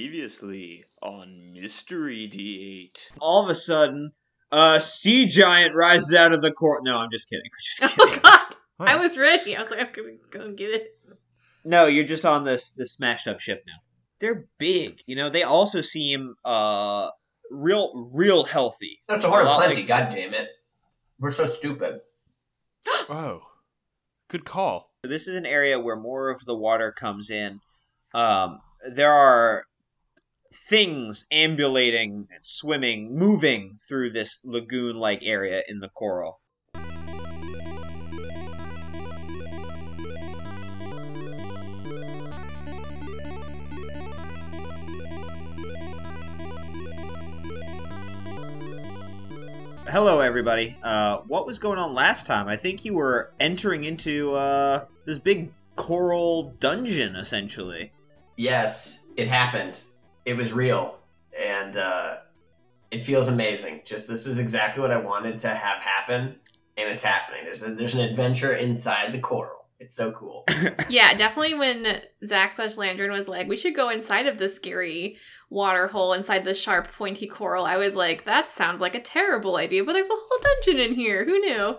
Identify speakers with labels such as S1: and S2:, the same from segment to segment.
S1: Previously on Mystery D8.
S2: All of a sudden, a sea giant rises out of the court. No, I'm just kidding. Just kidding.
S3: Oh god,
S4: Wow.
S3: I was ready. I was like, I'm gonna go and get it.
S2: No, you're just on this this smashed up ship now. They're big, you know. They also seem uh real real healthy.
S5: That's a horn
S2: Well,
S5: of
S2: like-
S5: plenty, god damn it. We're so stupid.
S4: Oh, good call.
S2: So this is an area where more of the water comes in. Um, there are things ambulating, swimming, moving through this lagoon-like area in the coral. Hello, everybody. Uh, what was going on last time? I think you were entering into uh, this big coral dungeon, essentially.
S5: Yes, it happened. It was real. And uh, it feels amazing. Just this is exactly what I wanted to have happen, and it's happening. There's a, there's an adventure inside the coral. It's so cool.
S3: Yeah, definitely when Zach slash Landrin was like, we should go inside of the scary water hole inside the sharp pointy coral, I was like, that sounds like a terrible idea, but there's a whole dungeon in here. Who knew?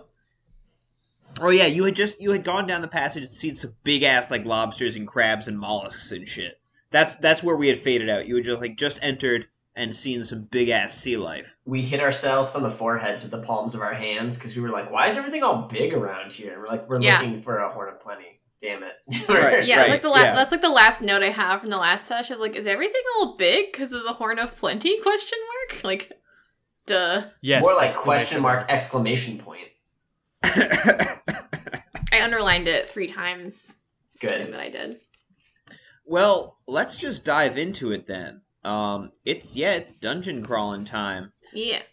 S2: Oh yeah, you had just you had gone down the passage and seen some big ass like lobsters and crabs and mollusks and shit. That's that's where we had faded out. You had just like just entered and seen some big ass sea life.
S5: we hit ourselves on the foreheads with the palms of our hands because we were like, "Why is everything all big around here?" And we're like, "We're
S3: Yeah.
S5: looking for a horn of plenty." Damn it!
S2: Right,
S3: Yeah,
S2: right.
S3: like the la-
S2: yeah.
S3: that's like the last note I have from the last session. Is like, is everything all big because of the horn of plenty? Question mark. Like, duh.
S4: Yes.
S5: more like
S4: exclamation
S5: question mark exclamation point.
S3: I underlined it three times. Thing
S5: Good.
S3: that I did.
S2: well, let's just dive into it then. Um, it's yeah, it's dungeon crawling time.
S3: Yeah.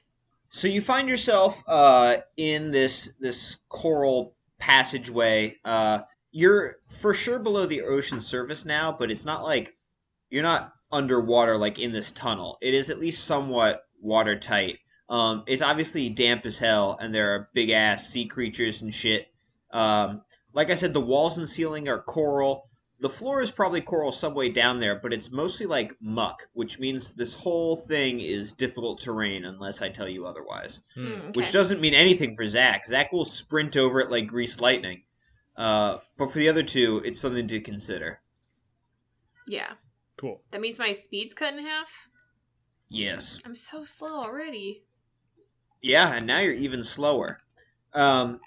S2: So you find yourself uh, in this this coral passageway. Uh, you're for sure below the ocean surface now, but it's not like you're not underwater like in this tunnel. It is at least somewhat watertight. Um, it's obviously damp as hell, and there are big ass sea creatures and shit. Um, like I said, the walls and ceiling are coral. The floor is probably coral some way down there, but it's mostly like muck, which means this whole thing is difficult terrain unless I tell you otherwise.
S4: Hmm.
S3: Mm,
S2: Which
S3: okay.
S2: doesn't mean anything for Zach. Zach will sprint over it like greased lightning. Uh, but for the other two, it's something to consider.
S3: yeah.
S4: Cool.
S3: That means my speed's cut in half.
S2: Yes.
S3: I'm so slow already.
S2: Yeah, and now you're even slower. Um,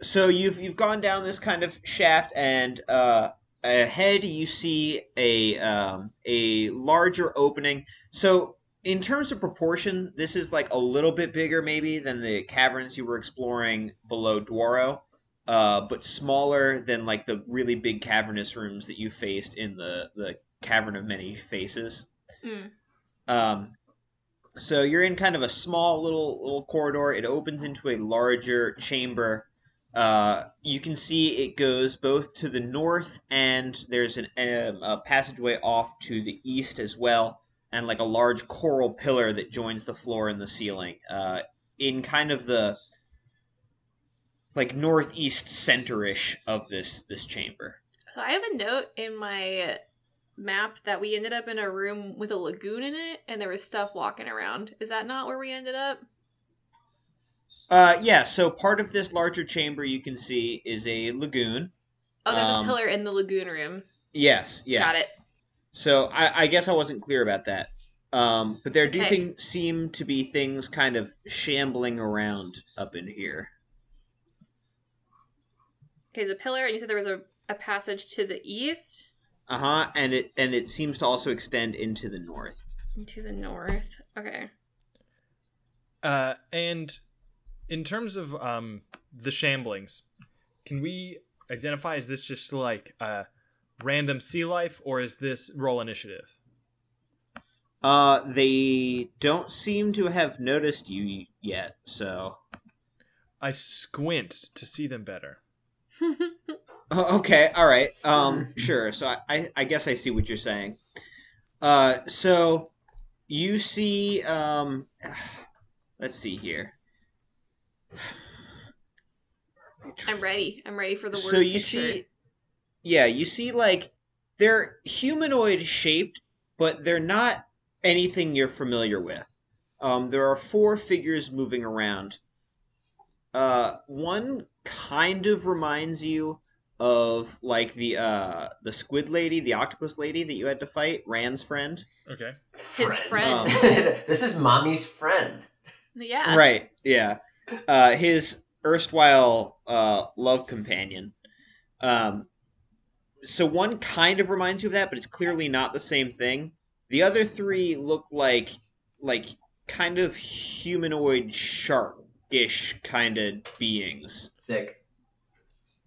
S2: so you've you've gone down this kind of shaft, and uh, ahead you see a um, a larger opening. So in terms of proportion, this is like a little bit bigger, maybe than the caverns you were exploring below Dwaro, uh, but smaller than like the really big cavernous rooms that you faced in the the Cavern of Many Faces.
S3: Mm.
S2: Um, so you're in kind of a small little little corridor. It opens into a larger chamber. Uh, you can see it goes both to the north and there's an um, a passageway off to the east as well, and like a large coral pillar that joins the floor and the ceiling. Uh, in kind of the like northeast centerish of this this chamber.
S3: So I have a note in my map that we ended up in a room with a lagoon in it and there was stuff walking around. Is that not where we ended up?
S2: Uh, yeah. So part of this larger chamber you can see is a lagoon.
S3: Oh, there's
S2: Um,
S3: a pillar in the lagoon room.
S2: Yes. Yeah.
S3: Got it.
S2: So I, I guess I wasn't clear about that. Um, but there do
S3: Okay.
S2: thing, seem to be things kind of shambling around up in here.
S3: Okay, there's a pillar and you said there was a, a passage to the east
S2: Uh huh. And it and it seems to also extend into the north.
S3: and to the north. Okay.
S4: Uh, and in terms of um the shamblings, can we identify is this just like uh random sea life or is this roll initiative?
S2: Uh, they don't seem to have noticed you yet. So
S4: I squint to see them better.
S2: Oh, okay, all right. Um,
S3: Mm.
S2: sure. So I, I, I guess I see what you're saying. Uh, so you see, um, let's see here.
S3: I'm ready. I'm ready for the word.
S2: So you
S3: picture.
S2: see, yeah, you see, like they're humanoid shaped, but they're not anything you're familiar with. Um, there are four figures moving around. Uh, one kind of reminds you of like the uh, the squid lady, the octopus lady that you had to fight, Rand's friend.
S4: Okay.
S3: His friend.
S5: Um, this is mommy's friend.
S3: Yeah.
S2: Right. Yeah. Uh, his erstwhile uh, love companion. Um, so one kind of reminds you of that, but it's clearly not the same thing. The other three look like like kind of humanoid sharkish kind of beings.
S5: Sick.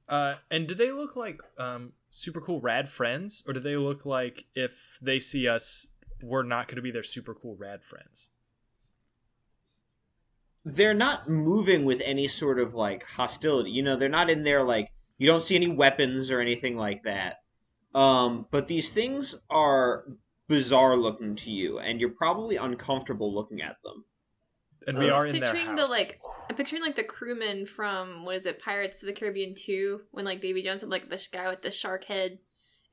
S4: Uh, and do they look like um, super cool rad friends, or do they look like if they see us, we're not going to be their super cool rad friends?
S2: They're not moving with any sort of like hostility. You know, they're not in there like you don't see any weapons or anything like that. Um, but these things are bizarre looking to you, and you're probably uncomfortable looking at them.
S4: And
S5: I'm
S4: we
S5: just
S4: are in their
S3: picturing
S4: house.
S3: the like I'm picturing like the crewman from what is it, Pirates of the Caribbean two, when like Davy Jones had like the sh- guy with the shark head,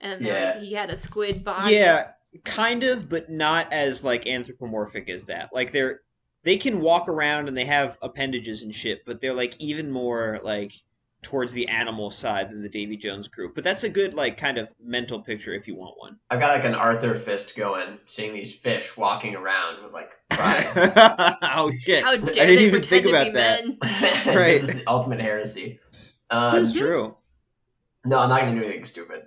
S3: and there
S5: Yeah.
S3: was, he had a squid body.
S2: Yeah, kind of, but not as like anthropomorphic as that. Like they're they can walk around and they have appendages and shit, but they're like even more like towards the animal side than the Davy Jones group. But that's a good like kind of mental picture if you want one.
S5: I've got like an Arthur fist going, seeing these fish walking around with like pride.
S2: oh shit.
S3: How dare
S2: didn't
S3: they
S2: even
S3: pretend
S2: think
S3: to
S2: about
S3: be
S2: that.
S3: men?
S5: this is the ultimate heresy. Uh,
S2: That's true.
S5: no, I'm not gonna do anything stupid.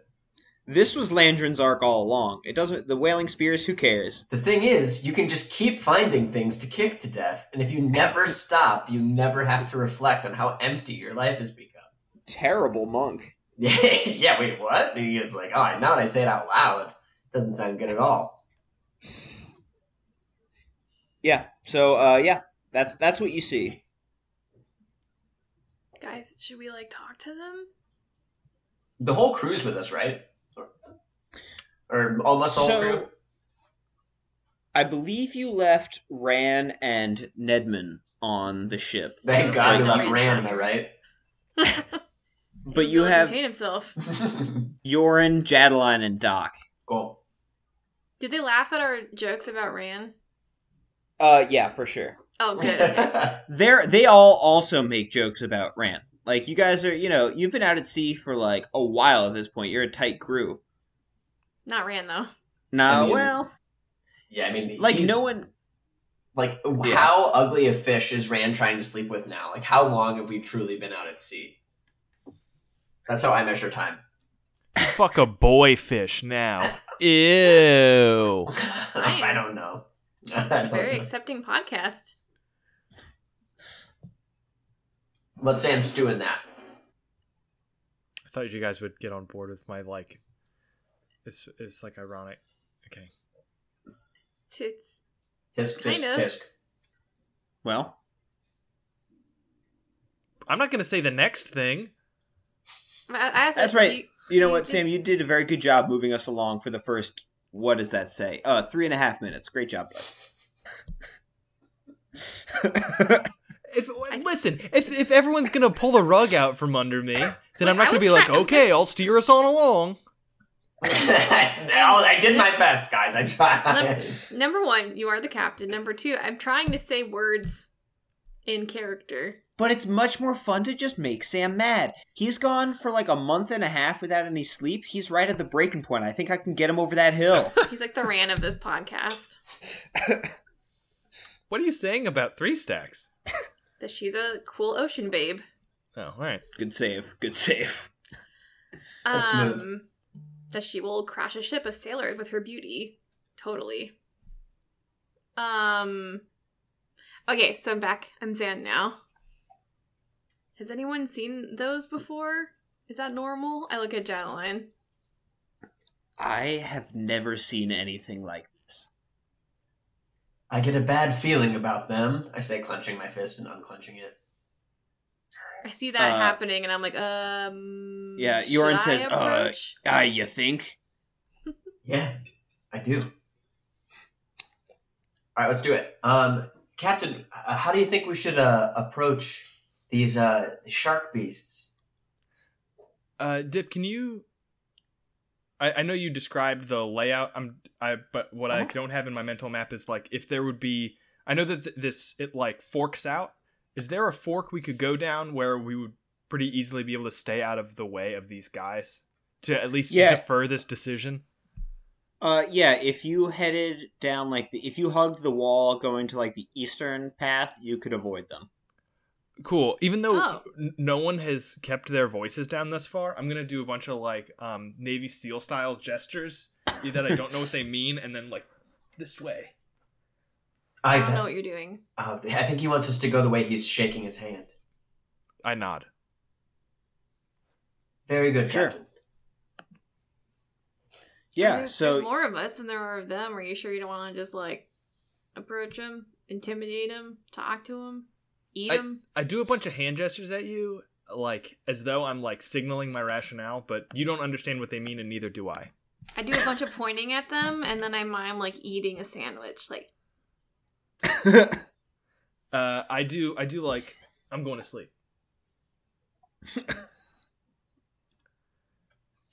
S2: This was Landrin's arc all along. It doesn't the wailing spears, who cares?
S5: The thing is, you can just keep finding things to kick to death, and if you never stop, you never have to reflect on how empty your life has become.
S2: Terrible monk.
S5: yeah, wait, what? And It's like, oh, now that I say it out loud, doesn't sound good at all.
S2: Yeah. So uh yeah, that's that's what you see.
S3: Guys, should we like talk to them?
S5: The whole crew's with us, right? Or, or almost the whole
S2: So-
S5: crew.
S2: I believe you left Ran and Nedman on the ship.
S5: Thank
S3: Sounds
S5: God you
S3: like
S5: left
S3: the
S5: Ran, am I
S3: reason.
S5: right?
S2: But
S3: He
S2: you
S3: couldn't
S2: have
S3: contain himself.
S2: Yorin, Jadeline, and Doc.
S5: cool.
S3: Did they laugh at our jokes about Ran?
S2: Uh, yeah, for sure.
S3: Oh, good.
S5: yeah,
S2: They're they all also make jokes about Ran. Like you guys are, you know, you've been out at sea for like a while at this point. You're a tight crew.
S3: Not Ran though.
S2: Nah,
S5: I mean,
S2: well,
S5: I mean,
S2: like
S5: he's-
S2: no one.
S5: Like,
S2: Yeah.
S5: how ugly a fish is Rand trying to sleep with now? Like, how long have we truly been out at sea? That's how I measure time.
S4: fuck a boy fish now.
S6: Ew.
S3: fine.
S5: I don't know. I
S3: It's a
S5: don't
S3: very
S5: know.
S3: accepting podcast.
S5: Let's say I'm stewing that.
S4: I thought you guys would get on board with my like. It's it's like ironic. Okay.
S3: It's, it's
S5: Tisk, tisk,
S3: Kinda.
S5: tisk.
S2: Well,
S4: I'm not gonna say the next thing.
S3: I, I asked,
S2: That's
S3: do
S2: right.
S3: you-
S2: you know
S3: do
S2: what,
S3: think-
S2: Sam? You did a very good job moving us along for the first. What does that say? Uh, three and a half minutes. Great job, bud.
S4: If
S3: I-
S4: listen, if if everyone's gonna pull the rug out from under me, then I'm
S3: Wait,
S4: not
S3: I
S4: gonna
S3: was
S4: be like,
S3: try-
S4: okay, I'll steer us on along.
S5: I did my best, guys. I tried.
S3: Number one, you are the captain. Number two, I'm trying to say words in character.
S2: But it's much more fun to just make Sam mad. He's gone for like a month and a half without any sleep. He's right at the breaking point. I think I can get him over that hill.
S3: He's like the Ran of this podcast.
S4: What are you saying about three stacks?
S3: That she's a cool ocean babe.
S4: Oh, all right.
S2: good save. Good save.
S5: That's smooth.
S3: Um, that she will crash a ship of sailors with her beauty. Totally. Um. Okay, so I'm back. I'm Zan now. Has anyone seen those before? Is that normal? I look at Janeline.
S2: I have never seen anything like this.
S5: I get a bad feeling about them. I say, clenching my fist and unclenching it.
S3: I see that
S2: Uh,
S3: happening, and I'm like, um.
S2: Yeah,
S3: should
S2: Yoren
S3: I
S2: says, uh,
S3: approach?
S2: Ah, you think?
S5: Yeah, I do. All right, let's do it. Um, Captain, uh, how do you think we should uh, approach these uh, shark beasts?
S4: Uh, Dip, can you? I, I know you described the layout. I'm I but what I
S2: Uh-huh.
S4: don't have in my mental map is like if there would be. I know that th- this it like forks out. Is there a fork we could go down where we would pretty easily be able to stay out of the way of these guys to at least
S2: Yeah.
S4: defer this decision?
S2: Uh, yeah. If you headed down like the, if you hugged the wall going to like the eastern path, you could avoid them.
S4: Cool. Even though
S3: Oh.
S4: n- no one has kept their voices down thus far, I'm gonna do a bunch of like um, Navy SEAL style gestures that I don't know what they mean, and then like this way.
S5: I,
S3: I don't know what you're doing.
S5: uh, I think he wants us to go the way he's shaking his hand.
S4: I nod.
S5: Very good,
S2: Sure.
S5: Captain.
S2: Yeah.
S3: There's,
S2: so
S3: there's more of us than there are of them. Are you sure you don't want to just like approach them, intimidate them, talk to them, eat them?
S4: I do a bunch of hand gestures at you, like as though I'm like signaling my rationale, but you don't understand what they mean, and neither do I.
S3: I do a bunch of pointing at them, and then I mime like eating a sandwich. Like
S4: Uh, I do, I do like I'm going to sleep.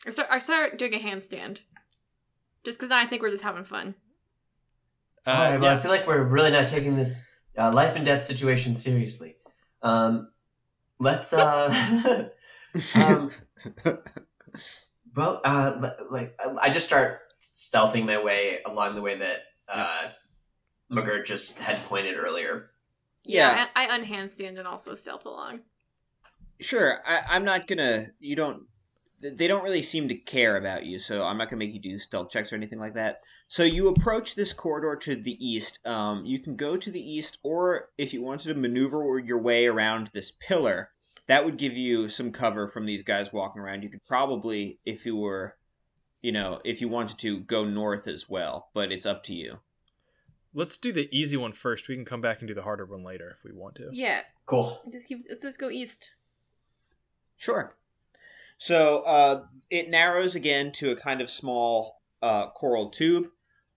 S3: I start, I start doing a handstand, just because I think we're just having fun.
S4: Uh,
S5: All right, well, I
S4: yeah,
S5: feel like we're really not taking this uh, life and death situation seriously. Um, let's, uh, um, well, uh, li- like I- I just start stealthing my way along the way that uh, McGirt just had pointed earlier.
S2: yeah.
S3: I, I unhandstand and also stealth along.
S2: Sure. I, I'm not gonna. You don't. th- They don't really seem to care about you, so I'm not gonna make you do stealth checks or anything like that. So you approach this corridor to the east. Um, you can go to the east, or if you wanted to maneuver your way around this pillar, that would give you some cover from these guys walking around. You could probably, if you were, you know, if you wanted to, go north as well. But it's up to you.
S4: let's do the easy one first. We can come back and do the harder one later if we want to.
S3: Yeah,
S5: Cool.
S3: just keep. Let's just go east.
S2: Sure. So uh, it narrows again to a kind of small uh, coral tube.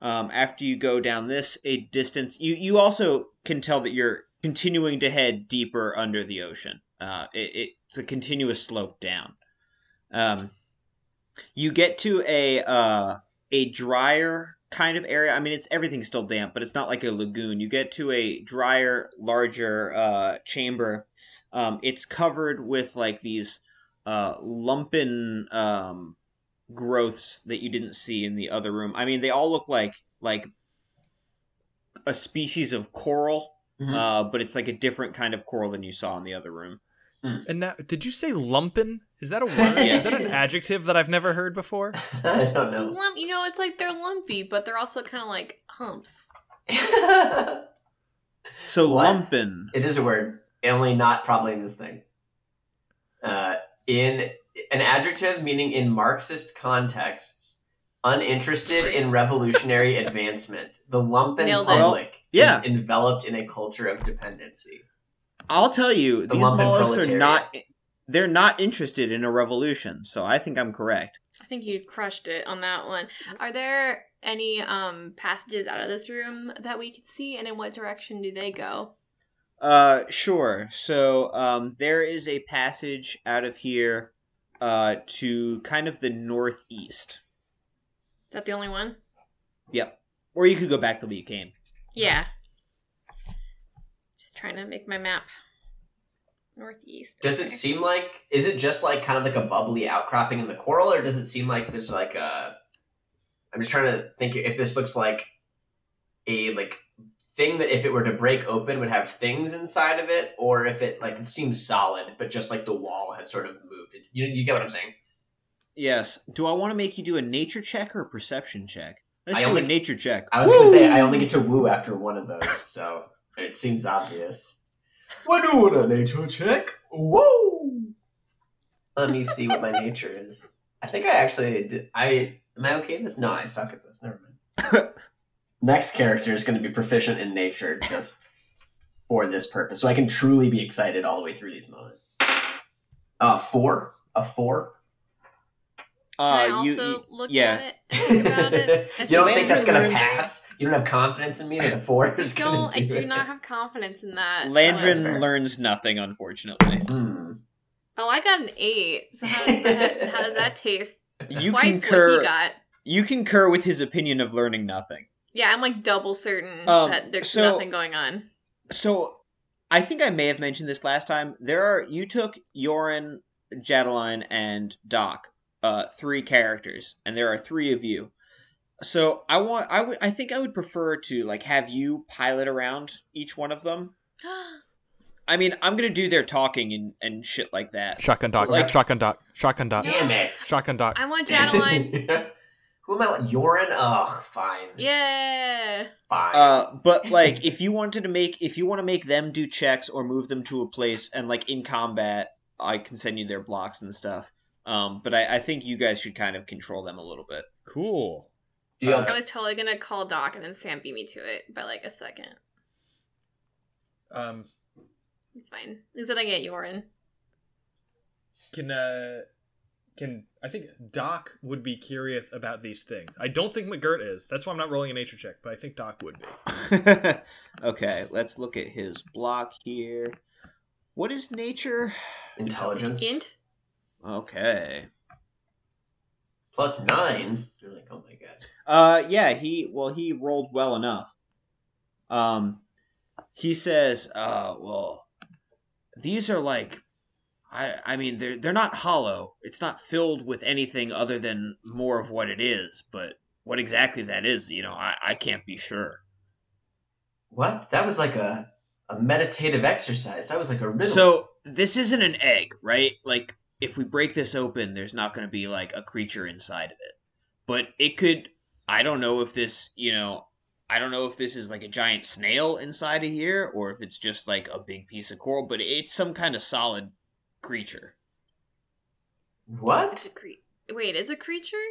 S2: Um, after you go down this a distance, you you also can tell that you're continuing to head deeper under the ocean. Uh, it, it's a continuous slope down. Um, you get to a uh, a drier kind of area. I mean, it's everything's still damp, but it's not like a lagoon. You get to a drier, larger uh, chamber. Um, it's covered with like these uh, lumpen um, growths that you didn't see in the other room. I mean, they all look like like a species of coral,
S5: Mhm.
S2: uh, but it's like a different kind of coral than you saw in the other room.
S4: And now, did you say lumpen? Is that a word?
S5: Yes.
S4: Is that an adjective that I've never heard before?
S5: I don't know.
S3: Lump, you know, it's like they're lumpy, but they're also kind of like humps.
S2: So
S5: What?
S2: lumpen.
S5: It is a word, only not probably in this thing. Uh, in an adjective meaning in Marxist contexts, uninterested in revolutionary advancement, the lumpen
S3: Nailed it.
S5: public
S2: Well, yeah.
S5: is enveloped in a culture of dependency.
S2: I'll tell you,
S5: The
S2: these
S5: lumpen
S2: mollusks are
S5: proletariat.
S2: not. They're not interested in a revolution, so I think I'm correct.
S3: I think you crushed it on that one. Are there any um passages out of this room that we could see, and in what direction do they go?
S2: Uh, sure. So, um, there is a passage out of here, uh, to kind of the northeast.
S3: Is that the only one?
S2: Yep. Or you could go back the way you came.
S3: Yeah. Just trying to make my map. Northeast.
S5: Does
S3: okay.
S5: it seem like is it just like kind of like a bubbly outcropping in the coral, or does it seem like there's like a I'm just trying to think if this looks like a like thing that if it were to break open would have things inside of it, or if it like it seems solid, but just like the wall has sort of moved. It, you you get what I'm saying?
S2: Yes. Do I want to make you do a nature check or a perception check? Let's
S5: I
S2: do
S5: only-
S2: a nature check.
S5: I was gonna say I
S2: Woo!
S5: only get to woo after one of those, so it seems obvious. We're doing a nature check. Woo! Let me see what my nature is. I think I actually did. I am I okay at this? No, I suck at this. Never mind. Next character is going to be proficient in nature just for this purpose, so I can truly be excited all the way through these moments. Uh, four, a four.
S3: Can I
S2: Uh,
S3: also
S2: you,
S3: look
S2: yeah.
S3: at it and think about it?
S5: you
S3: As
S5: don't
S3: someone
S5: think that's
S3: who
S5: going to
S3: learns-
S5: pass? You don't have confidence in me that a four is going
S3: Don't,
S5: to
S3: I
S5: do
S3: do
S5: it?
S3: not have confidence in that.
S5: that's
S2: Landrin
S5: fair.
S2: learns nothing, unfortunately.
S5: Hmm.
S3: Oh, I got an eight. So how does that, how does that taste?
S2: You
S3: Twice what
S2: concur.
S3: he got.
S2: You concur with his opinion of learning nothing.
S3: Yeah, I'm like double certain
S2: Um,
S3: that there's
S2: so-
S3: nothing going on.
S2: So, I think I may have mentioned this last time. There are you took Yorin, Jadeline, and Doc, uh, three characters, and there are three of you. So I want I would I think I would prefer to like have you pilot around each one of them. I mean I'm gonna do their talking and and shit like that.
S4: Shotgun doc.
S2: Like-
S4: shotgun doc. Shotgun doc.
S5: Damn it.
S4: Shotgun doc.
S3: I want Jadeline.
S5: Who am I? Like? Yorin? Ugh, fine.
S3: yeah.
S5: Fine.
S2: Uh, but like if you wanted to make if you want to make them do checks or move them to a place and like in combat I can send you their blocks and stuff. Um, but I, I think you guys should kind of control them a little bit.
S4: Cool.
S5: Deal.
S4: uh,
S3: I was totally gonna call Doc and then Sam beat me to it by like a second.
S4: Um,
S3: It's fine. At least I didn't get Yorin.
S4: can uh, can I think Doc would be curious about these things? I don't think McGirt is. That's why I'm not rolling a nature check, but I think Doc would be.
S2: okay, let's look at his block here. What is nature?
S5: Intelligence.
S3: Int?
S2: Okay.
S5: Plus nine. You're like, oh my god.
S2: Uh yeah, he well he rolled well enough. Um he says, uh well these are like I I mean they're they're not hollow. It's not filled with anything other than more of what it is, but what exactly that is, you know, I, I can't be sure.
S5: What? That was like a, a meditative exercise. That was like a riddle.
S2: So this isn't an egg, right? Like if we break this open, there's not going to be like a creature inside of it. But it could I don't know if this, you know, I don't know if this is like a giant snail inside of here or if it's just like a big piece of coral, but it's some kind of solid creature.
S5: what?
S3: It's a cre- Wait, is a creature?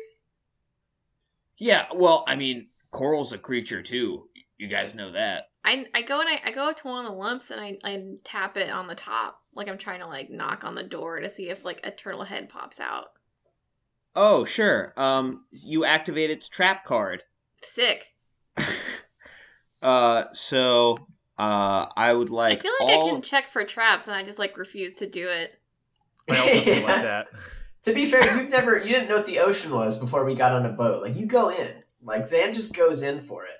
S2: Yeah, well, I mean, coral's a creature too. You guys know that.
S3: I, I go and I, I go up to one of the lumps and I, I tap it on the top. Like I'm trying to like knock on the door to see if like a turtle head pops out.
S2: Oh, sure. Um you activate its trap card.
S3: Sick.
S2: uh so uh I would like
S3: I feel like
S2: all...
S3: I can check for traps and I just like refuse to do it.
S4: I also feel
S5: Yeah.
S4: like that.
S5: To be fair, you've never you didn't know what the ocean was before we got on a boat. Like you go in. Like Zan just goes in for it.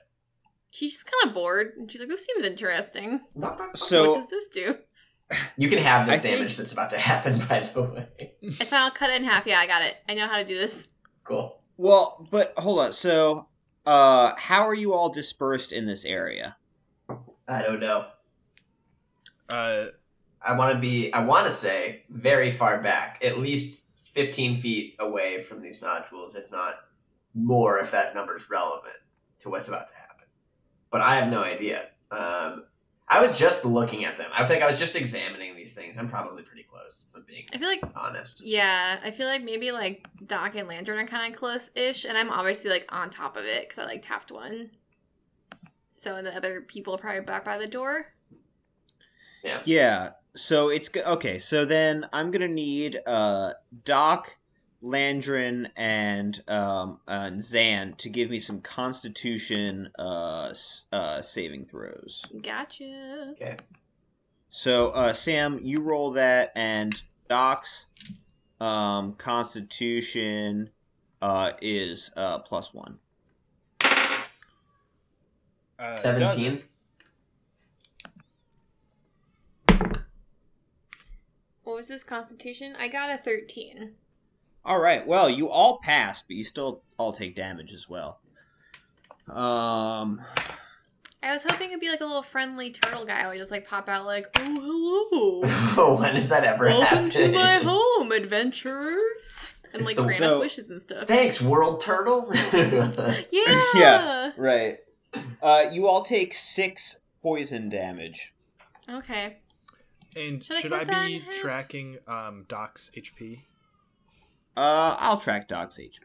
S3: She's just kind of bored and she's like, "This seems interesting.
S5: Knock, knock, knock.
S2: So-
S3: what does this do?"
S5: you can have this
S2: I think-
S5: damage that's about to happen, by the way.
S3: It's fine. I'll cut it in half. Yeah, I got it. I know how to do this.
S5: Cool.
S2: Well, but hold on. So, uh, how are you all dispersed in this area?
S5: I don't know.
S4: Uh,
S5: I want to be. I want to say very far back, at least fifteen feet away from these nodules, if not more, if that number's relevant to what's about to happen. But I have no idea. Um, I was just looking at them. I think I was just examining these things. I'm probably pretty close, if I'm being
S3: I feel like
S5: honest.
S3: Yeah, I feel like maybe like Doc and Lantern are kind of close ish, and I'm obviously like on top of it because I like tapped one. So and the other people are probably back by the door.
S2: Yeah. So it's go- okay. So then I'm gonna need uh Doc, Landrin, and um and Zan to give me some Constitution uh s- uh saving throws.
S3: Gotcha.
S2: So uh Sam, you roll that, and Doc's um Constitution uh is uh plus one.
S4: uh, does-
S5: Seventeen.
S3: What was this Constitution? I got a thirteen.
S2: All right. Well, you all pass, but you still all take damage as well. Um.
S3: I was hoping it'd be like a little friendly turtle guy would just like pop out like, "Oh, hello,
S5: Oh, when does that ever
S3: welcome
S5: happen?
S3: to my home, adventurers," and
S5: It's
S3: like
S5: the-
S3: grant us
S2: So-
S3: wishes and stuff.
S5: Thanks, world turtle.
S3: yeah.
S2: Yeah. Right. Uh, you all take six poison damage.
S3: Okay.
S4: And
S3: Should I
S4: should I,
S3: cut that
S4: be
S3: in half?
S4: tracking um, Doc's HP?
S2: Uh, I'll track Doc's HP.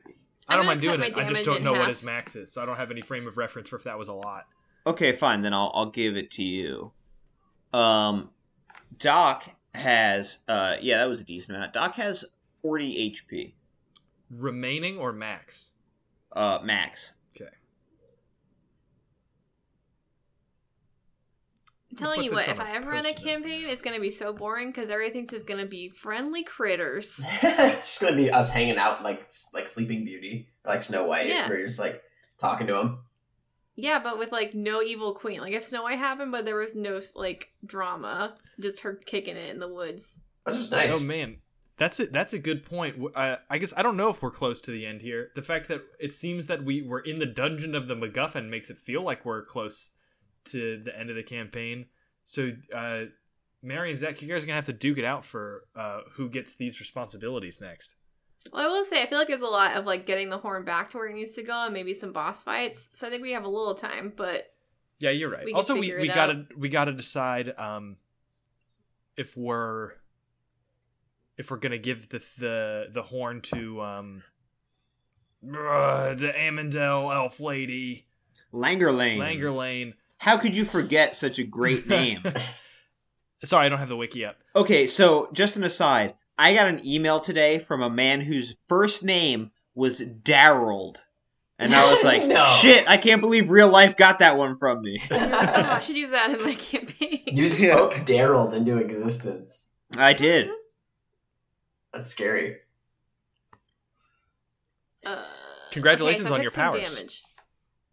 S4: I don't
S3: I'm gonna
S4: mind
S3: cut
S4: doing
S3: my
S4: it. I just
S3: damage
S4: don't
S3: in
S4: know
S3: half.
S4: what his max is, so I don't have any frame of reference for if that was a lot.
S2: Okay, fine. Then I'll I'll give it to you. Um, Doc has uh yeah that was a decent amount. Doc has forty HP.
S4: Remaining or max?
S2: Uh, max.
S3: I'm telling
S4: put
S3: you
S4: this
S3: what,
S4: on
S3: if
S4: a
S3: I ever run a
S4: Post-it note.
S3: campaign, it's gonna be so boring because everything's just gonna be friendly critters.
S5: it's just gonna be us hanging out like like Sleeping Beauty, or like Snow White,
S3: Yeah.
S5: where you're just like talking to him.
S3: Yeah, but with like no evil queen. Like if Snow White happened, but there was no like drama, just her kicking it in the woods.
S5: That's just nice.
S4: Oh man, that's a, that's a good point. W- I, I guess I don't know if we're close to the end here. The fact that it seems that we were in the dungeon of the MacGuffin makes it feel like we're close to the end of the campaign. So, uh, Mary and Zach, you guys are gonna have to duke it out for uh, who gets these responsibilities next.
S3: Well, I will say I feel like there's a lot of like getting the horn back to where it needs to go, and maybe some boss fights. So I think we have a little time, but
S4: Yeah, you're right.
S3: We can
S4: also, we,
S3: figure it
S4: we gotta we gotta decide um if we're if we're gonna give the the the horn to um ugh, the Amandel elf lady
S2: Langerlane.
S4: Langerlane.
S2: How could you forget such a great name?
S4: Sorry, I don't have the wiki up.
S2: okay, so just an aside. I got an email today from a man whose first name was Darold. And I was like,
S5: No.
S2: shit, I can't believe real life got that one from me.
S3: oh, I should use that in my campaign.
S5: you spoke Daryl into existence.
S2: I did.
S5: That's scary.
S3: Uh,
S4: Congratulations
S3: okay, so I
S4: on
S3: took
S4: your
S3: some
S4: powers.
S3: Damage.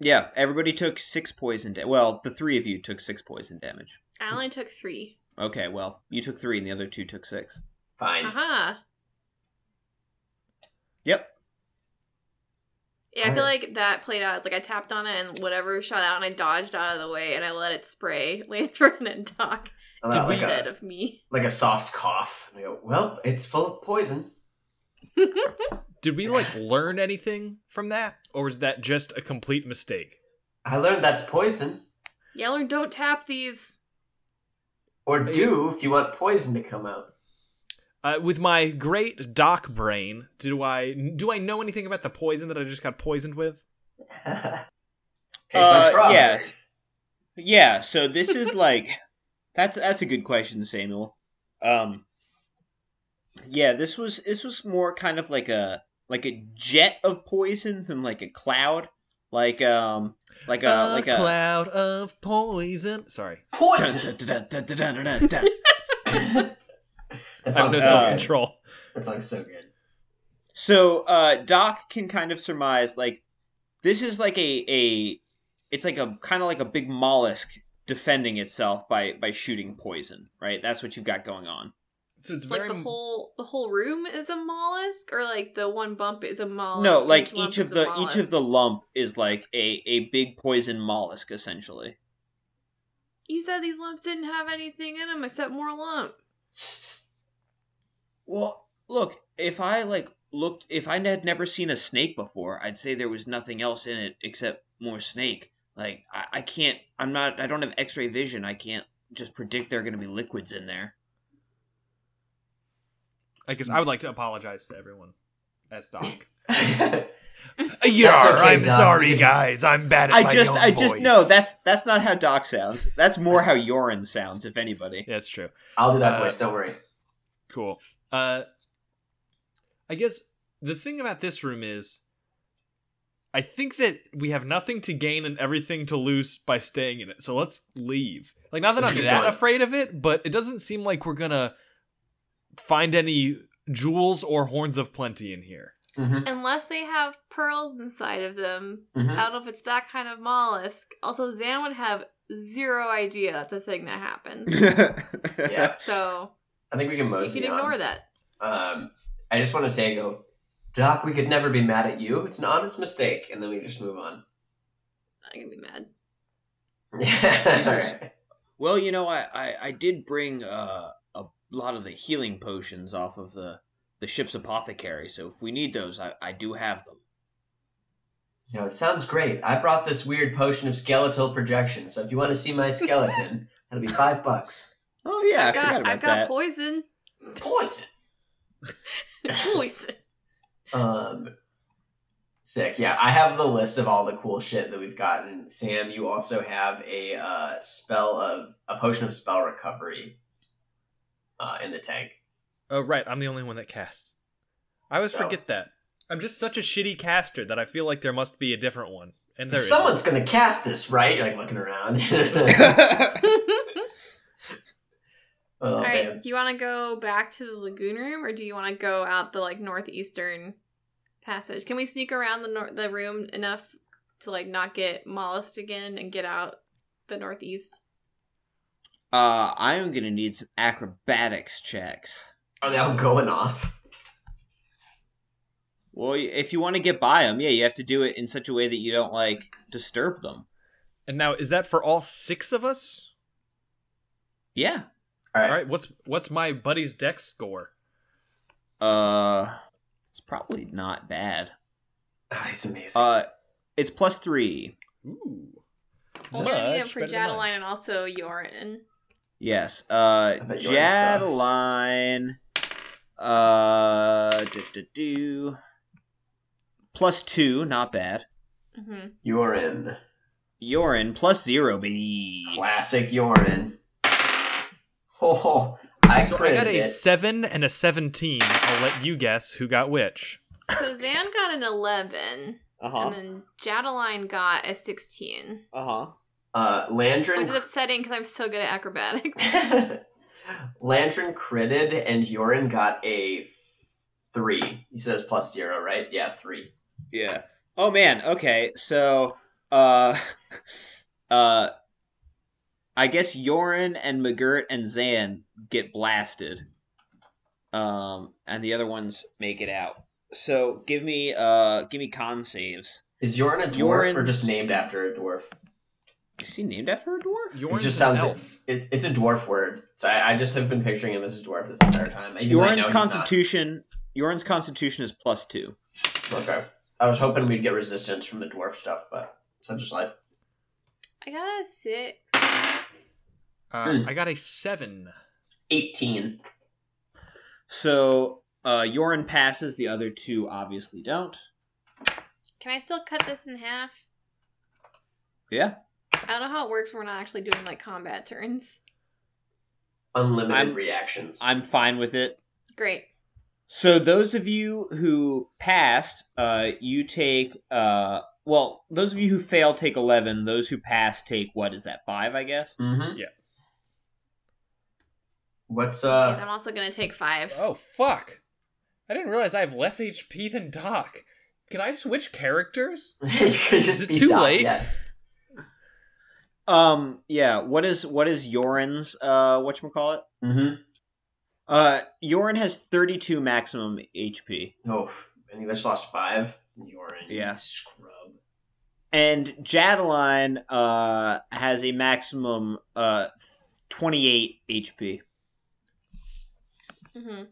S2: Yeah, everybody took six poison da- Well, the three of you took six poison damage.
S3: I only took three.
S2: Okay, well, you took three and the other two took six.
S5: Fine.
S4: Uh-huh.
S3: Aha.
S2: Yep.
S3: Yeah, I feel like that played out. It's like I tapped on it and whatever shot out, and I dodged out of the way, and I let it spray Lantern and Doc
S2: Oh,
S5: How about
S4: Did
S5: like,
S4: we-
S3: instead
S5: a,
S3: of me.
S5: like a soft cough. And I go, well, it's full of poison.
S4: Did we like learn anything from that, or is that just a complete mistake?
S5: I learned that's poison.
S3: Yeller, don't tap these.
S5: Or do if you want poison to come out.
S4: Uh, with my great doc brain, do I do I know anything about the poison that I just got poisoned with?
S5: Tastes
S2: Uh,
S5: like strawberry.
S2: yeah. Yeah, so this is like that's that's a good question, Samuel. Um Yeah, this was this was more kind of like a like a jet of poison than like a cloud. Like um like a, like a
S4: Uh, cloud of poison. Sorry.
S5: Poison.
S2: Dun-dun-dun-dun-dun-dun-dun-dun.
S5: that
S4: I have
S5: sounds
S4: no
S5: so
S4: self
S5: good.
S4: control.
S5: That sounds so good.
S2: So uh Doc can kind of surmise like this is like a a it's like a kind of like a big mollusk defending itself by by shooting poison, right? That's what you've got going on.
S4: So it's
S3: Like
S4: very
S3: the whole the whole room is a mollusk, or like the one bump is a mollusk.
S2: No,
S3: and
S2: like
S3: lump
S2: each of
S3: is a
S2: the each of
S3: mollusk?
S2: the lump is like a a big poison mollusk essentially.
S3: You said these lumps didn't have anything in them except more lump.
S2: Well, look, if I like looked if I had never seen a snake before, I'd say there was nothing else in it except more snake. Like I, I can't I'm not I don't have x-ray vision. I can't just predict there are going to be liquids in there.
S4: I guess I would like to apologize to everyone as Doc.
S5: That's okay, Doc.
S4: guys. I'm bad
S2: I just
S4: own
S2: I just
S4: voice.
S2: no, that's that's not how Doc sounds. That's more how Yorin sounds if anybody.
S4: Yeah, that's true.
S5: I'll do that
S4: Uh,
S5: voice. Don't worry.
S4: Cool. Uh, I guess the thing about this room is, I think that we have nothing to gain and everything to lose by staying in it. So let's leave. Like, not that
S5: Let's
S4: I'm
S5: keep
S4: that
S5: going.
S4: afraid of it, but it doesn't seem like we're gonna find any jewels or horns of plenty in here.
S5: hmm
S3: Unless they have pearls inside of them.
S5: hmm
S3: I don't know if it's that kind of mollusk. Also, Zan would have zero idea that's a thing that happens.
S5: Yeah.
S3: so
S5: I think we can
S3: you
S5: mosey
S3: can ignore
S5: on.
S3: that.
S5: Um, I just want to say, I go, Doc, we could never be mad at you. It's an honest mistake. And then we just move on.
S3: I'm gonna be mad.
S2: Jesus. Well, you know, I, I, I did bring uh, a lot of the healing potions off of the, the ship's apothecary, so if we need those, I, I do have them.
S5: You know, it sounds great. I brought this weird potion of skeletal projection, so if you want to see my skeleton, it'll be five bucks.
S2: Oh, yeah, I,
S3: I've got,
S2: forgot about
S3: I've got
S2: that.
S3: poison.
S5: Poison.
S3: Poison.
S5: um, sick. Yeah, I have the list of all the cool shit that we've gotten. Sam, you also have a uh, spell of a potion of spell recovery uh, in the tank.
S4: Oh right, I'm the only one that casts. I always
S5: So-
S4: forget that. I'm just such a shitty caster that I feel like there must be a different one, and there is.
S5: Oh,
S2: Oh,
S5: Someone's gonna cast this, right? You're like looking around.
S3: I
S5: Oh,
S3: All right.
S5: man.
S3: Do you want to go back to the lagoon room, or do you want to go out the like northeastern passage? Can we sneak around the nor- the room enough to like not get mollushed again and get out the northeast?
S2: Uh, I'm gonna need some acrobatics checks.
S5: Are they all going off?
S2: Well, if you want to get by them, yeah, you have to do it in such a way that you don't like disturb them.
S4: And now is that for all six of us?
S2: Yeah.
S4: All
S5: All right.
S4: right. What's what's my buddy's dex score?
S2: Uh, it's probably not bad.
S5: Oh, he's amazing.
S2: Uh, it's plus three.
S4: Ooh.
S3: Well, we're gonna need him
S4: Much
S3: for
S4: better than mine.
S3: Jadeline and also Yorin.
S2: Yes. Uh,
S5: bet yours sucks.
S2: Jadeline. Uh, do, do, do. Plus two, not bad.
S3: hmm
S5: You're in.
S2: Yorin, plus zero, baby.
S5: Classic Yorin. Ho ho. I
S4: So I
S5: critted
S4: got a
S5: it.
S4: seven and a seventeen. I'll let you guess who got which.
S3: So Zan got an eleven,
S2: Uh
S3: and then Jadeline got a sixteen,
S2: Uh huh.
S5: Uh,
S3: which is
S5: Landrin.
S3: upsetting because I'm so good at acrobatics.
S5: Landrin critted and Yorin got a f- three. He says plus zero, right? Yeah, three.
S2: Yeah. Oh man. Okay. So, uh, uh, I guess Yorin and McGirt and Zan get blasted, um, and the other ones make it out. So give me, uh, give me con saves.
S5: Is Yorin a dwarf or
S2: Yorin's-
S5: just named after a dwarf?
S2: Is he named after a dwarf?
S4: Yours
S5: just
S4: is
S5: sounds-
S4: an elf.
S5: It's it's a dwarf word. So I, I just have been picturing him as a dwarf this entire time. even though I know
S2: Yorin's
S5: he's
S2: constitution. Yorin's constitution is plus two.
S5: not. Okay. I was hoping we'd get resistance from the dwarf stuff, but such is life.
S3: I got a six.
S4: Uh,
S5: Mm.
S4: I got a seven.
S5: 18.
S2: So, uh, Yorin passes. The other two obviously don't.
S3: Can I still cut this in half?
S2: Yeah.
S3: I don't know how it works. when We're not actually doing like combat turns.
S5: Unlimited
S2: I'm-
S5: reactions.
S2: I'm fine with it.
S3: Great.
S2: So those of you who passed, uh, you take uh, well, those of you who fail take eleven. Those who pass take what is that five? I guess.
S5: Mm-hmm.
S4: Yeah.
S5: What's
S3: And
S5: uh?
S3: I'm also gonna take five.
S4: Oh fuck! I didn't realize I have less HP than Doc. Can I switch characters?
S5: you could just
S4: it
S5: be
S4: too
S5: dumb,
S4: late?
S5: Yes.
S2: Um, yeah. What is what is Yorin's uh, what you call it?
S5: Mm-hmm.
S2: Uh, Yorin has thirty two maximum HP,
S5: Oh, and you just lost five. You're in you
S2: Yeah.
S5: scrub.
S2: and Jadeline uh has a maximum uh twenty eight HP.
S3: Mm-hmm.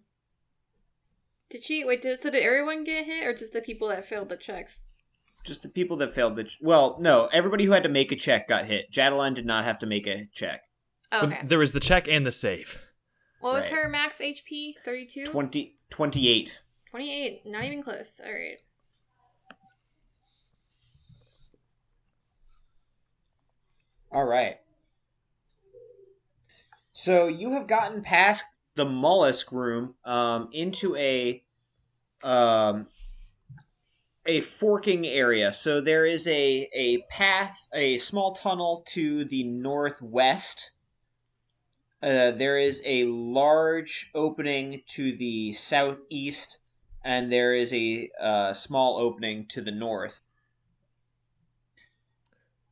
S3: Did she wait? Did, so did everyone get hit, or just the people that failed the checks?
S2: Just the people that failed the ch- well, no, everybody who had to make a check got hit. Jadeline did not have to make a check.
S4: But
S3: Oh, Okay.
S4: There was the check and the save.
S3: What was
S2: Right.
S3: her max HP? 32?
S2: 20, 28.
S3: 28. Not even close. All right.
S2: All right. So you have gotten past the mollusk room um, into a um, a forking area. So there is a a path, a small tunnel to the northwest. Uh, there is a large opening to the southeast, and there is a uh, small opening to the north.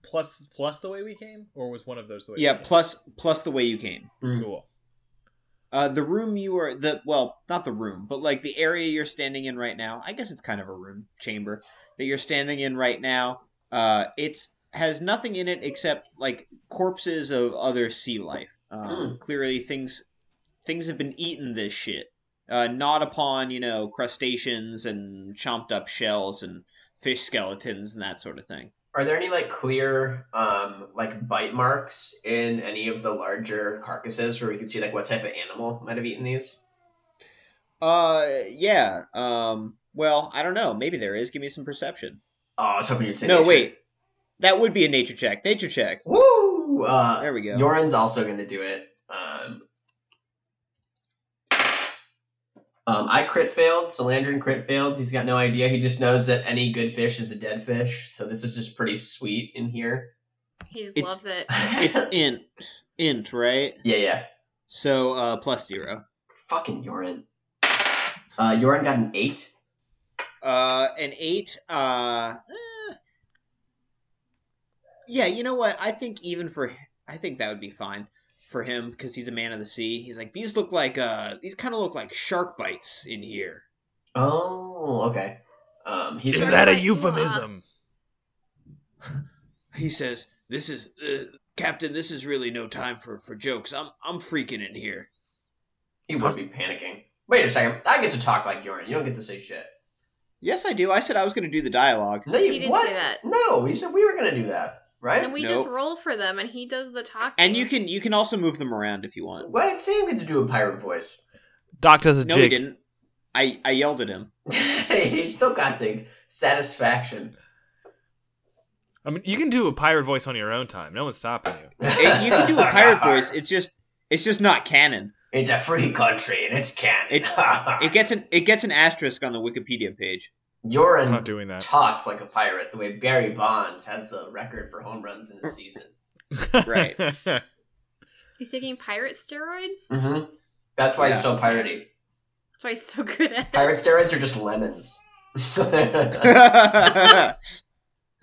S4: Plus, plus the way we came, or was one of those the way?
S2: Yeah,
S4: We came?
S2: plus plus the way you came.
S4: Cool.
S2: Uh, the room you are the well, not the room, but like the area you're standing in right now. I guess it's kind of a room chamber that you're standing in right now. Uh, it's has nothing in it except like corpses of other sea life. Um, Clearly, things things have been eaten this shit. Uh, not upon you know crustaceans and chomped up shells and fish skeletons and that sort of thing.
S5: Are there any like clear um like bite marks in any of the larger carcasses where we could see like what type of animal might have eaten these?
S2: Uh, yeah. Um, well, I don't know. Maybe there is. Give me some perception.
S5: Oh, I was hoping you'd say.
S2: No,
S5: nature.
S2: wait. That would be a nature check. Nature check.
S5: Woo! Uh,
S2: There we go.
S5: Yoren's also going to do it. Um, um, I crit failed, so Landrin crit failed. He's got no idea. He just knows that any good fish is a dead fish, so this is just pretty sweet in here.
S3: He just
S2: It's-
S3: loves it.
S2: It's int. Int, right?
S5: yeah, yeah.
S2: So uh, plus zero.
S5: Fucking Yorin. Uh, Yorin got an eight.
S2: Uh, an eight. Uh, eh. yeah, you know what? I think even for I think that would be fine for him because he's a man of the sea. He's like these look like uh these kind of look like shark bites in here.
S5: Oh, okay. Um, he's
S4: Is
S3: Sort of
S4: that a
S3: like,
S4: euphemism?
S2: He says, "This is uh, Captain. This is really no time for for jokes. I'm I'm freaking in here."
S5: he would be panicking. Wait a second. I get to talk like Yorin. You don't get to say shit.
S2: Yes, I do. I said I was going to do the dialogue.
S5: No, you
S3: He didn't
S5: what?
S3: say that.
S5: No, he said we were gonna do that, right?
S3: And we
S2: Nope.
S3: just roll for them, and he does the talking.
S2: And you can you can also move them around if you want.
S5: Why did Sam get to do a pirate voice?
S6: Doc does a
S2: No, he
S6: jig.
S2: didn't. I I yelled at him.
S5: he still got things. Satisfaction.
S4: I mean, you can do a pirate voice on your own time. No one's stopping you.
S2: It, you can do a pirate voice. It's just it's just not canon.
S5: It's a free country and it's canon.
S2: It gets an it gets an asterisk on the Wikipedia page.
S4: I'm not
S5: Yorin
S4: doing that.
S5: talks like a pirate the way Barry Bonds has the record for home runs in a season.
S2: Right.
S3: He's taking pirate steroids.
S2: Mm.
S5: Mm-hmm. That's why
S2: Yeah.
S5: he's so piratey.
S3: That's why he's so good at. it.
S5: Pirate steroids are just lemons.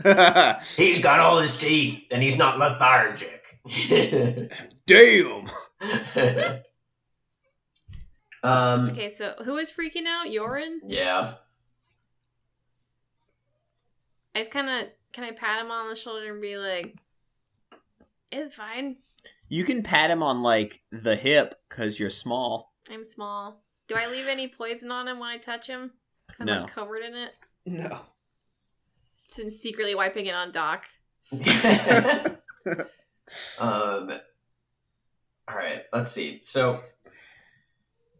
S2: Damn.
S5: he's got all his teeth and he's not lethargic. um,
S3: Okay, so who is freaking out? Yorin.
S5: Yeah.
S3: I just kind of can I pat him on the shoulder and be like, "It's fine.
S2: You can pat him on like the hip because you're small.
S3: I'm small. Do I leave any poison on him when I touch him? 'Cause I'm
S2: No.
S3: like, covered in it.
S2: No.
S3: So secretly wiping it on Doc.
S5: um, all right, let's see. So,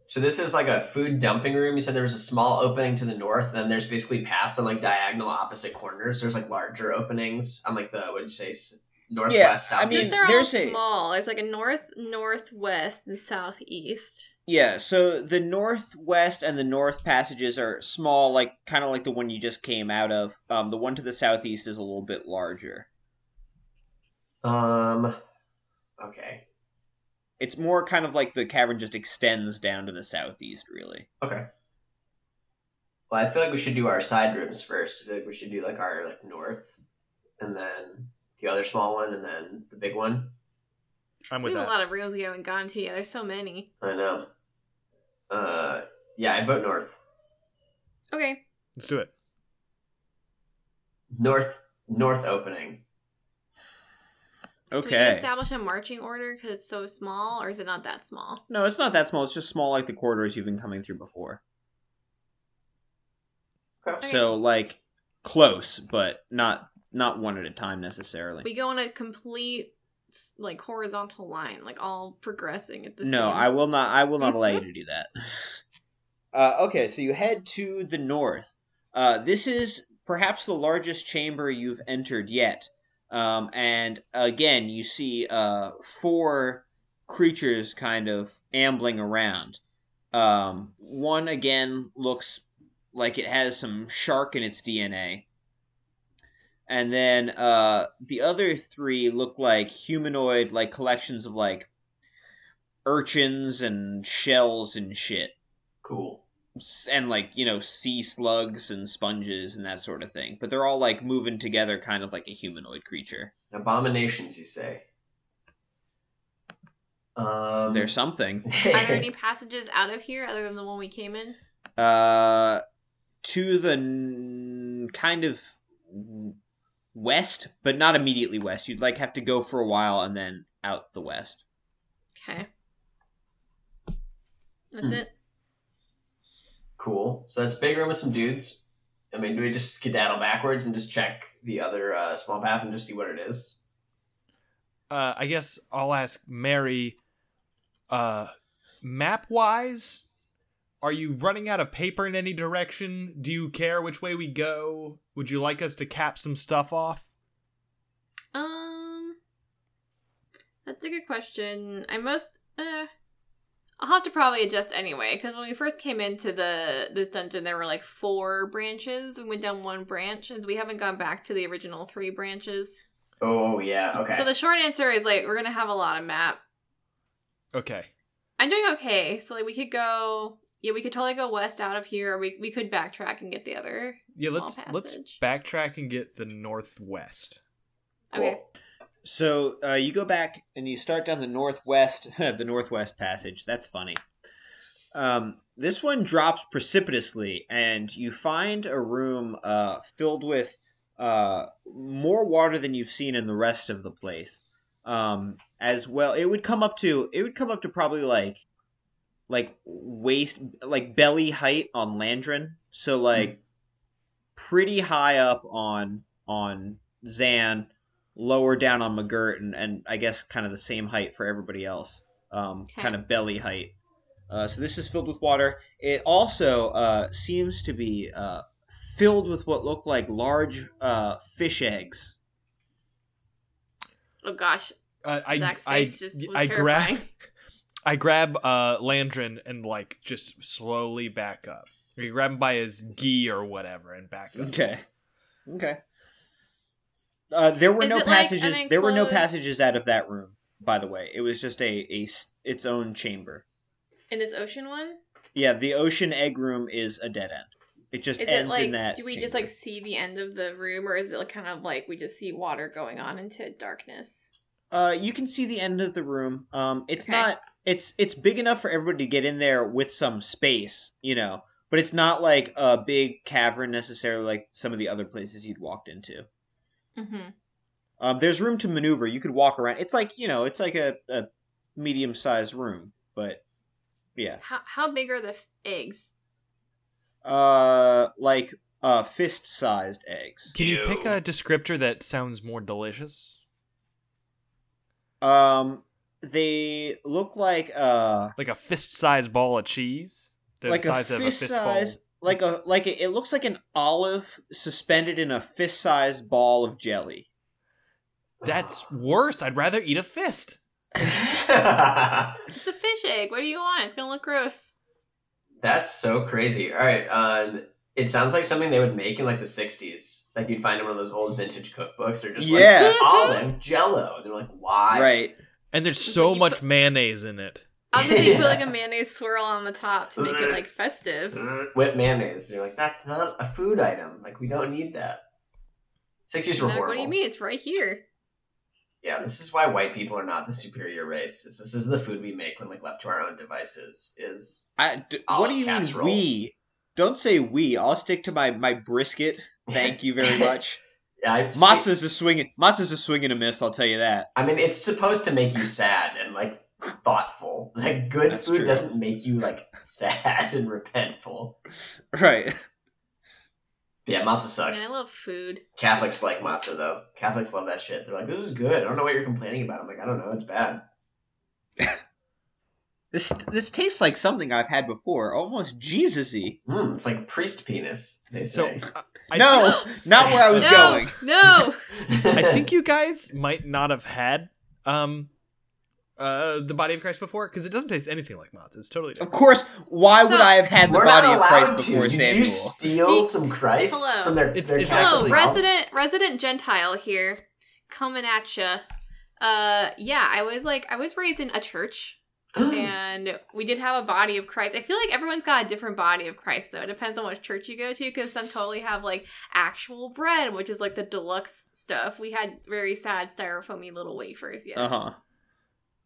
S5: so this is like a food dumping room. You said there was a small opening to the north, and then there's basically paths on like diagonal opposite corners. There's like larger openings on like the what would you say s- northwest
S2: I
S3: I
S5: south.
S3: mean,
S2: mean,
S3: Since they're all
S2: there's a-
S3: small, there's like a north, northwest, and southeast.
S2: Yeah. So the northwest and the north passages are small, like kind of like the one you just came out of. Um, the one to the southeast is a little bit larger.
S5: um, okay,
S2: It's more kind of like the cavern just extends down to the southeast, really.
S5: okay. Well, I feel like we should do our side rooms first. I feel like we should do like our like north, and then the other small one, and then the big one.
S4: I'm
S3: We
S4: with
S3: have a
S4: that.
S3: lot of rooms we haven't gone to yet. There's so many.
S5: I know. Uh, yeah, I vote north.
S3: Okay.
S4: Let's do it.
S5: North, north opening.
S3: Do we need to
S2: Okay.
S3: establish a marching order because it's so small, or is it not that small?
S2: No, it's not that small. It's just small, like the corridors you've been coming through before.
S5: Okay.
S2: So like close, but not not one at a time necessarily.
S3: We go on a complete s- like horizontal line, like all progressing at the
S2: no,
S3: same. Uh-huh.
S2: I will not. I will not allow you to do that. Uh, okay, so you head to the north. Uh, this is perhaps the largest chamber you've entered yet, um, and again you see uh, four creatures kind of ambling around. Um, one again looks like it has some shark in its DNA. And then uh, the other three look like humanoid, like collections of like urchins and shells and shit
S5: cool.
S2: s- and like you know sea slugs and sponges and that sort of thing but they're all like moving together kind of like a humanoid creature
S5: Abominations, you say? Um,
S2: they're something
S3: Are there any passages out of here other than the one we came in?
S2: uh to the n- kind of west but not immediately west you'd like have to go for a while and then out the west
S3: Okay. That's
S5: Hmm.
S3: it.
S5: cool. So that's big room with some dudes. I mean, do we just skedaddle backwards and just check the other uh, small path and just see what it is?
S4: Uh, I guess I'll ask Mary. Uh, map wise, are you running out of paper in any direction? Do you care which way we go? Would you like us to cap some stuff off?
S3: Um, that's a good question. I most uh, I'll have to probably adjust anyway because when we first came into the this dungeon, there were like four branches. We went down one branch, as we haven't gone back to the original three branches.
S5: Oh yeah, okay.
S3: So the short answer is like we're gonna have a lot of map.
S4: Okay.
S3: I'm doing okay. So like we could go. Yeah, we could totally go west out of here. Or we we could backtrack and get the other.
S4: Yeah,
S3: small
S4: let's
S3: passage.
S4: let's backtrack and get the northwest.
S3: Okay.
S2: So uh, you go back and you start down the northwest, the northwest passage. That's funny. Um, this one drops precipitously, and you find a room uh, filled with uh, more water than you've seen in the rest of the place. Um, as well, it would come up to it would come up to probably like like waist, like belly height on Landrin. So like pretty high up on on Zan lower down on McGirt, and, and I guess kind of the same height for everybody else, um,
S3: Okay.
S2: kind of belly height. Uh, so this is filled with water. It also uh, seems to be uh, filled with what look like large uh, fish eggs.
S3: Oh gosh,
S4: Uh, I
S3: Zach's
S4: I
S3: face just was
S4: I grab
S3: terrifying.
S4: I grab uh, Landrin and like just slowly back up. You grab him by his gi or whatever and back up.
S2: Okay, okay. Uh, there were
S3: Is
S2: no
S3: it like
S2: passages.
S3: an
S2: There were no
S3: enclosed-
S2: passages out of that room. By the way, it was just a, a s- its own chamber.
S3: in this ocean one.
S2: Yeah, the ocean egg room is a dead end. It just
S3: Is it
S2: ends
S3: like?
S2: in that.
S3: do we just
S2: chamber.
S3: like see the end of the room, or is it like kind of like we just see water going on into darkness?
S2: Uh, you can see the end of the room. Um, it's
S3: Okay.
S2: not. It's it's big enough for everybody to get in there with some space, you know. But it's not like a big cavern necessarily, like some of the other places you'd walked into.
S3: Mm-hmm.
S2: Um, there's room to maneuver. You could walk around. It's like you know, it's like a, a medium sized room, but yeah,
S3: How how big are the f- eggs?
S2: uh, like uh, fist sized eggs.
S4: Can you pick
S5: Ew.
S4: a descriptor that sounds more delicious?
S2: Um, they look like uh,
S4: Like a fist-sized ball of cheese. They're
S2: like
S4: the size
S2: a
S4: of a
S2: fist
S4: fistball.
S2: size, like a like a, it looks like an olive suspended in a fist sized ball of jelly.
S4: That's worse. I'd rather eat a fist.
S3: It's a fish egg. What do you want? It's gonna look gross.
S5: That's so crazy. All right, um, it sounds like something they would make in like the '60s. Like you'd find in one of those old vintage cookbooks. They're just
S2: Yeah.
S5: like olive Jello, and they're like, why?
S2: right.
S4: And there's
S3: It's
S4: so
S3: like you
S4: much
S3: put-
S4: mayonnaise in it.
S3: I was gonna say put like a
S5: Yeah.
S3: mayonnaise swirl on the top to make it like festive.
S2: Mm-hmm.
S5: Whip mayonnaise. You're like, that's not a food item. Like we don't need that. '60s were
S3: Like,
S5: horrible.
S3: what do you mean? It's right here.
S5: Yeah, this is why white people are not the superior race. This, this is the food we make when like left to our own devices. Is
S2: I, d- what
S5: Olive
S2: do you
S5: casserole.
S2: mean we? Don't say we. I'll stick to my my brisket. Thank you very much.
S5: Yeah, I,
S2: Matzah's a swinging Matzah's a swing and a miss. I'll tell you that.
S5: I mean, it's supposed to make you sad and like thoughtful. Like good
S2: That's
S5: food
S2: true.
S5: doesn't make you like sad and repentful.
S2: Right.
S5: Yeah, matzah
S3: Man,
S5: sucks.
S3: I love food.
S5: Catholics like matzah though. Catholics love that shit. They're like, this is good. I don't know what you're complaining about. I'm like, I don't know. It's bad.
S2: This this tastes like something I've had before. Almost Jesusy.
S5: Mm, it's like priest penis. They
S4: So
S5: say.
S4: I- I
S2: No, not where I was
S3: no,
S2: going.
S3: no.
S4: I think you guys might not have had um uh the body of Christ before because it doesn't taste anything like matzah. It's totally
S2: Of
S4: different.
S2: course. Why
S3: So-
S2: would I have had the
S5: We're
S2: body
S5: not
S2: of
S5: allowed
S2: Christ
S5: to.
S2: before
S5: Did
S2: Samuel?
S5: you steal
S3: See-
S5: some Christ
S3: Hello.
S5: from their
S4: It's-
S5: their
S4: it's
S5: Catholic
S3: Hello,
S4: actually-
S5: mouths?
S3: resident resident Gentile here, coming at ya. Uh, yeah, I was like, I was raised in a church, and we did have a body of Christ. I feel like everyone's got a different body of Christ, though. It depends on which church you go to, because some totally have like actual bread, which is like the deluxe stuff. We had very sad styrofoamy little wafers. Yes,
S2: Uh huh.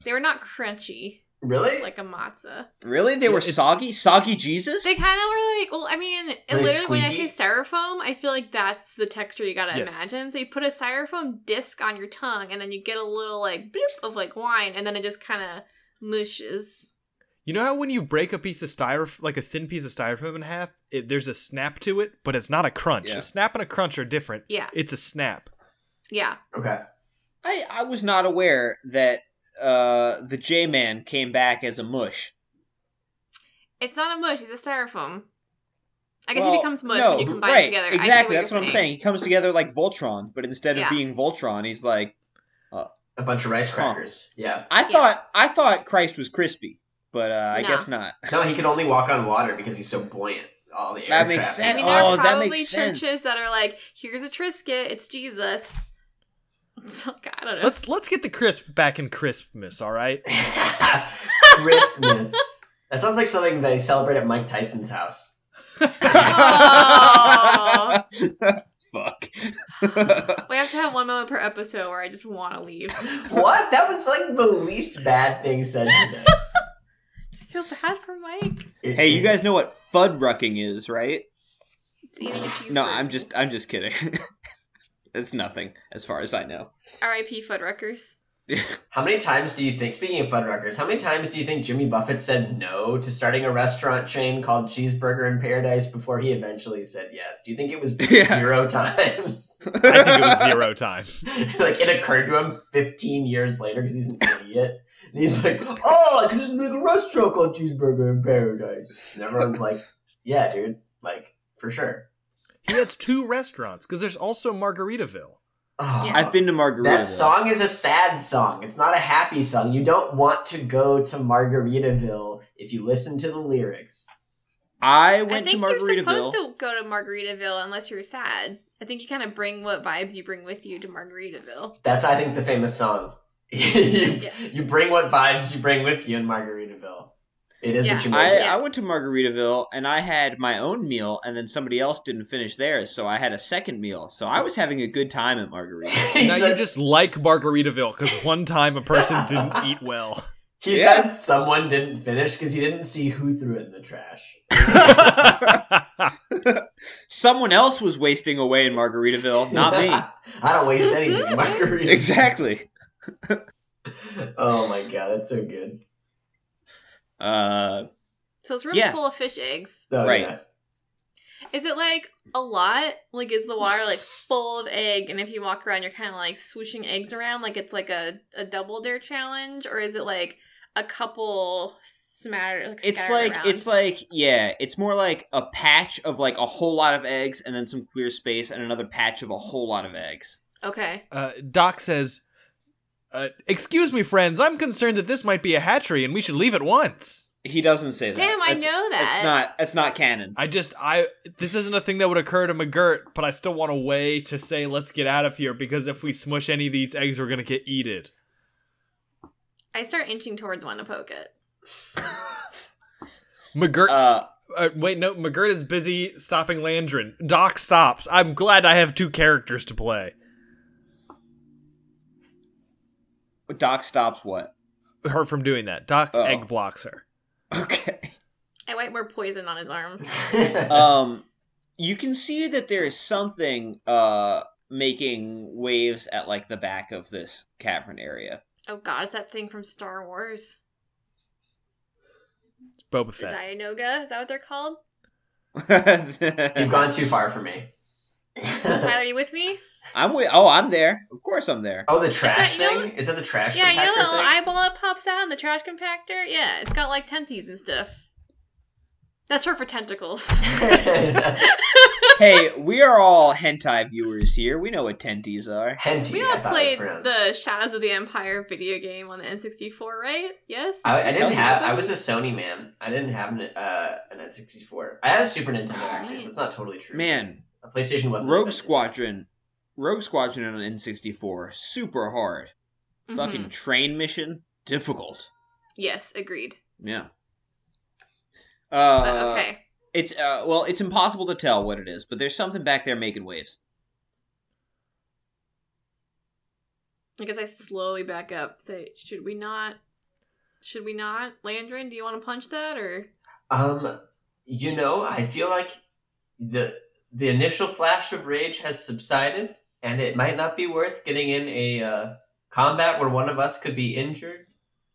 S3: they were not crunchy
S5: really?
S3: like a matzah.
S2: Really? They
S4: Yeah,
S2: were
S4: it's-
S2: soggy? Soggy Jesus?
S3: They kind of were like, well, I mean, it
S5: Were they
S3: literally when I say
S5: squeaky?
S3: styrofoam, I feel like that's the texture you gotta
S4: Yes.
S3: imagine. So you put a styrofoam disc on your tongue, and then you get a little like bloop of like wine, and then it just kind of mushes.
S4: You know how when you break a piece of styrofoam, like a thin piece of styrofoam in half, it, there's a snap to it, but it's not a crunch.
S2: Yeah.
S4: A snap and a crunch are different.
S3: Yeah,
S4: It's a snap.
S3: yeah.
S5: Okay.
S2: I, I was not aware that uh, the J Man came back as a mush.
S3: It's not a mush; it's a styrofoam. I guess
S2: Well,
S3: it becomes mush
S2: no,
S3: when you combine
S2: right,
S3: it together. I see
S2: Exactly,
S3: you're
S2: that's what I'm saying. He comes together like Voltron, but instead
S3: Yeah.
S2: of being Voltron, he's like
S5: A bunch of rice
S2: Huh.
S5: crackers. Yeah.
S2: I
S3: Yeah.
S2: thought I thought Christ was crispy, but uh, I
S3: No.
S2: guess not.
S5: No, he could only walk on water because he's so buoyant. All the air
S2: That makes
S3: I
S5: traffic.
S2: sense.
S3: mean, there
S2: Oh,
S3: are
S2: that
S3: probably
S2: makes sense.
S3: churches that are like, "Here's a Trisket; it's Jesus." It's like, I don't know.
S4: Let's let's get the crisp back in crispness. All right.
S5: Christmas. That sounds like something they celebrate at Mike Tyson's house.
S3: Oh.
S2: Fuck.
S3: We have to have one moment per episode where I just want to leave.
S5: What? That was like the least bad thing said today.
S3: Just feel bad for Mike.
S5: It-
S2: hey, you guys know what fud rucking is, right?
S3: It's eating a cheeseburger.
S2: No, I'm just I'm just kidding. it's nothing as far as I know.
S3: R.I.P. Fuddruckers.
S5: How many times do you think, speaking of Fuddruckers, how many times do you think Jimmy Buffett said no to starting a restaurant chain called Cheeseburger in Paradise before he eventually said yes? Do you think it was
S2: Yeah.
S5: zero times?
S4: I think it was zero times.
S5: like it occurred to him 15 years later because he's an idiot. And he's like, oh, I could just make a restaurant called Cheeseburger in Paradise. And everyone's like, yeah, dude, like, for sure.
S4: He has two restaurants because there's also Margaritaville.
S5: Oh,
S3: Yeah.
S2: I've been to Margarita.
S5: That song is a sad song. It's not a happy song. You don't want to go to Margaritaville if you listen to the lyrics.
S2: I
S3: I
S2: went to
S3: think you're
S2: Margaritaville.
S3: supposed to go to Margaritaville unless you're sad. I think you kind of bring what vibes you bring with you to Margaritaville.
S5: That's, I think, the famous song. you, you bring what vibes you bring with you in Margaritaville. It is what you make.
S2: I,
S5: it.
S3: Yeah.
S2: I went to Margaritaville and I had my own meal, and then somebody else didn't finish theirs, so I had a second meal. So I was having a good time at Margaritaville.
S5: He
S4: Now you
S5: says-
S4: just like Margaritaville because one time a person didn't eat well.
S5: He
S2: Yeah.
S5: says someone didn't finish because he didn't see who threw it in the trash.
S2: Someone else was wasting away in Margaritaville, not me.
S5: I don't waste anything, in Margarita.
S2: exactly.
S5: Oh my god, that's so good.
S2: Uh,
S3: So this room's
S2: Yeah.
S3: full of fish eggs.
S5: Oh,
S2: Right.
S5: yeah.
S3: Is it like a lot? Like, is the water like full of egg? And if you walk around, you're kind of like swooshing eggs around, like it's like a, a double dare challenge, or is it like a couple smatter? Like,
S2: it's
S3: scattered
S2: like
S3: around?
S2: it's like yeah, it's more like a patch of like a whole lot of eggs, and then some clear space, and another patch of a whole lot of eggs.
S3: okay.
S4: uh, Doc says, uh, "Excuse me, friends. I'm concerned that this might be a hatchery, and we should leave at once."
S2: He doesn't say that.
S3: Damn, I
S2: That's-
S3: know that.
S2: It's not. It's not canon.
S4: I just, I this isn't a thing that would occur to McGirt, but I still want a way to say, "Let's get out of here," because if we smush any of these eggs, we're gonna get eaten.
S3: I start inching towards want to poke it.
S4: McGirt's.
S2: Uh,
S4: Uh, wait, no. McGirt is busy stopping Landrin. Doc stops. I'm glad I have two characters to play.
S2: Doc stops. What?
S4: Her from doing that. Doc
S2: Oh.
S4: egg blocks her.
S2: Okay.
S3: I wipe more poison on his arm.
S2: um, you can see that there is something uh making waves at like the back of this cavern area.
S3: Oh god, it's that thing from Star Wars.
S4: It's Boba
S3: The
S4: Fett.
S3: Dianoga, is that what they're called?
S5: You've gone too far for me.
S3: Tyler, you with me?
S2: I'm with. Oh, I'm there. Of course, I'm there.
S5: oh, the trash
S3: Is that- you know-
S5: thing? Is that the trash
S3: yeah, you know
S5: compactor
S3: that little
S5: thing?
S3: eyeball that pops out in the trash compactor? Yeah, it's got like tenties and stuff. That's short for tentacles.
S2: hey, we are all hentai viewers here. We know what tenties are.
S5: Henty,
S3: we
S5: I
S3: all
S5: thought it was
S3: played
S5: pronounced.
S3: the Shadows of the Empire video game on the N64, right? Yes?
S5: I, I didn't
S2: Hell
S5: have.
S3: yeah.
S5: I was a Sony man. I didn't have an uh, an N64. I had a Super Nintendo actually, so it's not totally true.
S2: Man,
S5: a PlayStation wasn't.
S2: Rogue
S5: invented.
S2: Squadron, Rogue Squadron on N64, super hard.
S4: Mm-hmm.
S3: Mhm.
S2: Fucking train mission, difficult.
S3: Yes, agreed.
S2: Yeah.
S3: But,
S2: Uh,
S3: okay.
S2: It's uh, well, it's impossible to tell what it is, but there's something back there making waves.
S3: I guess I slowly back up. Say, should we not? Should we not? Landrin, do you want to punch that or?
S5: Um, you know, I feel like the the initial flash of rage has subsided, and it might not be worth getting in a uh, combat where one of us could be injured,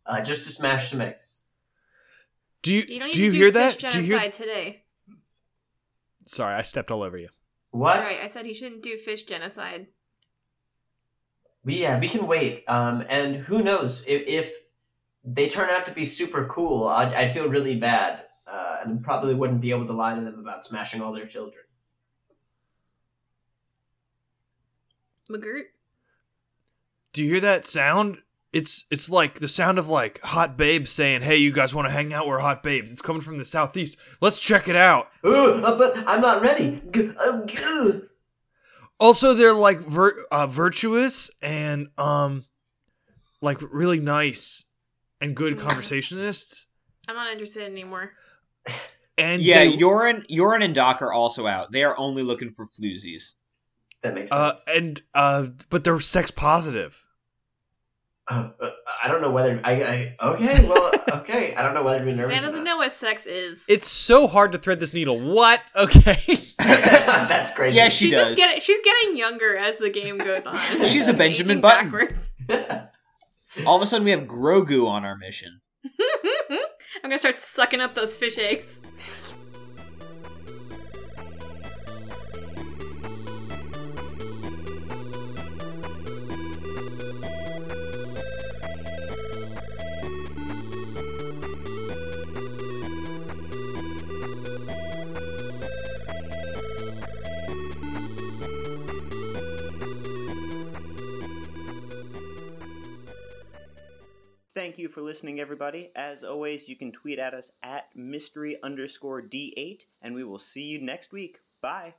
S5: uh, just to smash some eggs.
S4: Do you,
S3: You don't
S4: do
S3: even
S4: you
S3: do
S4: hear
S3: fish
S4: that?
S3: genocide
S4: Do you hear?
S3: today.
S4: Sorry, I stepped all over you.
S5: What?
S3: Sorry, I said he shouldn't do fish genocide.
S5: We yeah, we can wait. Um, and who knows if, if they turn out to be super cool, I'd, I'd feel really bad, uh, and probably wouldn't be able to lie to them about smashing all their children.
S3: McGirt,
S4: Do you hear that sound? It's it's like the sound of like hot babes saying, "Hey, you guys want to hang out? We're hot babes." It's coming from the southeast. Let's check it out.
S5: Ooh, uh, but I'm not ready. G- uh, g- ooh.
S4: Also, they're like vir- uh, virtuous and um, like really nice. and good
S3: Mm.
S4: conversationists.
S3: I'm not interested anymore.
S4: And
S2: yeah,
S4: they-
S2: Yorin, Yorin and Doc are also out. They are only looking for floozies.
S5: That makes
S4: uh,
S5: sense.
S4: and uh, but they're sex positive.
S5: Uh, uh, I don't know whether I, I okay. Well, okay. I don't know whether to be nervous.
S3: Xan
S5: or
S3: doesn't
S5: not.
S3: know what sex is.
S6: It's so hard to thread this needle. What? Okay.
S5: That's crazy.
S2: Yeah, she
S3: she's
S2: does.
S3: just getting she's getting younger as the game goes on.
S2: She's a
S3: Aging
S2: Benjamin Button.
S3: backwards.
S2: All of a sudden, we have Grogu on our mission.
S3: I'm gonna start sucking up those fish eggs.
S1: Thank you for listening, everybody. As always, you can tweet at us at mystery underscore D8, and we will see you next week. Bye.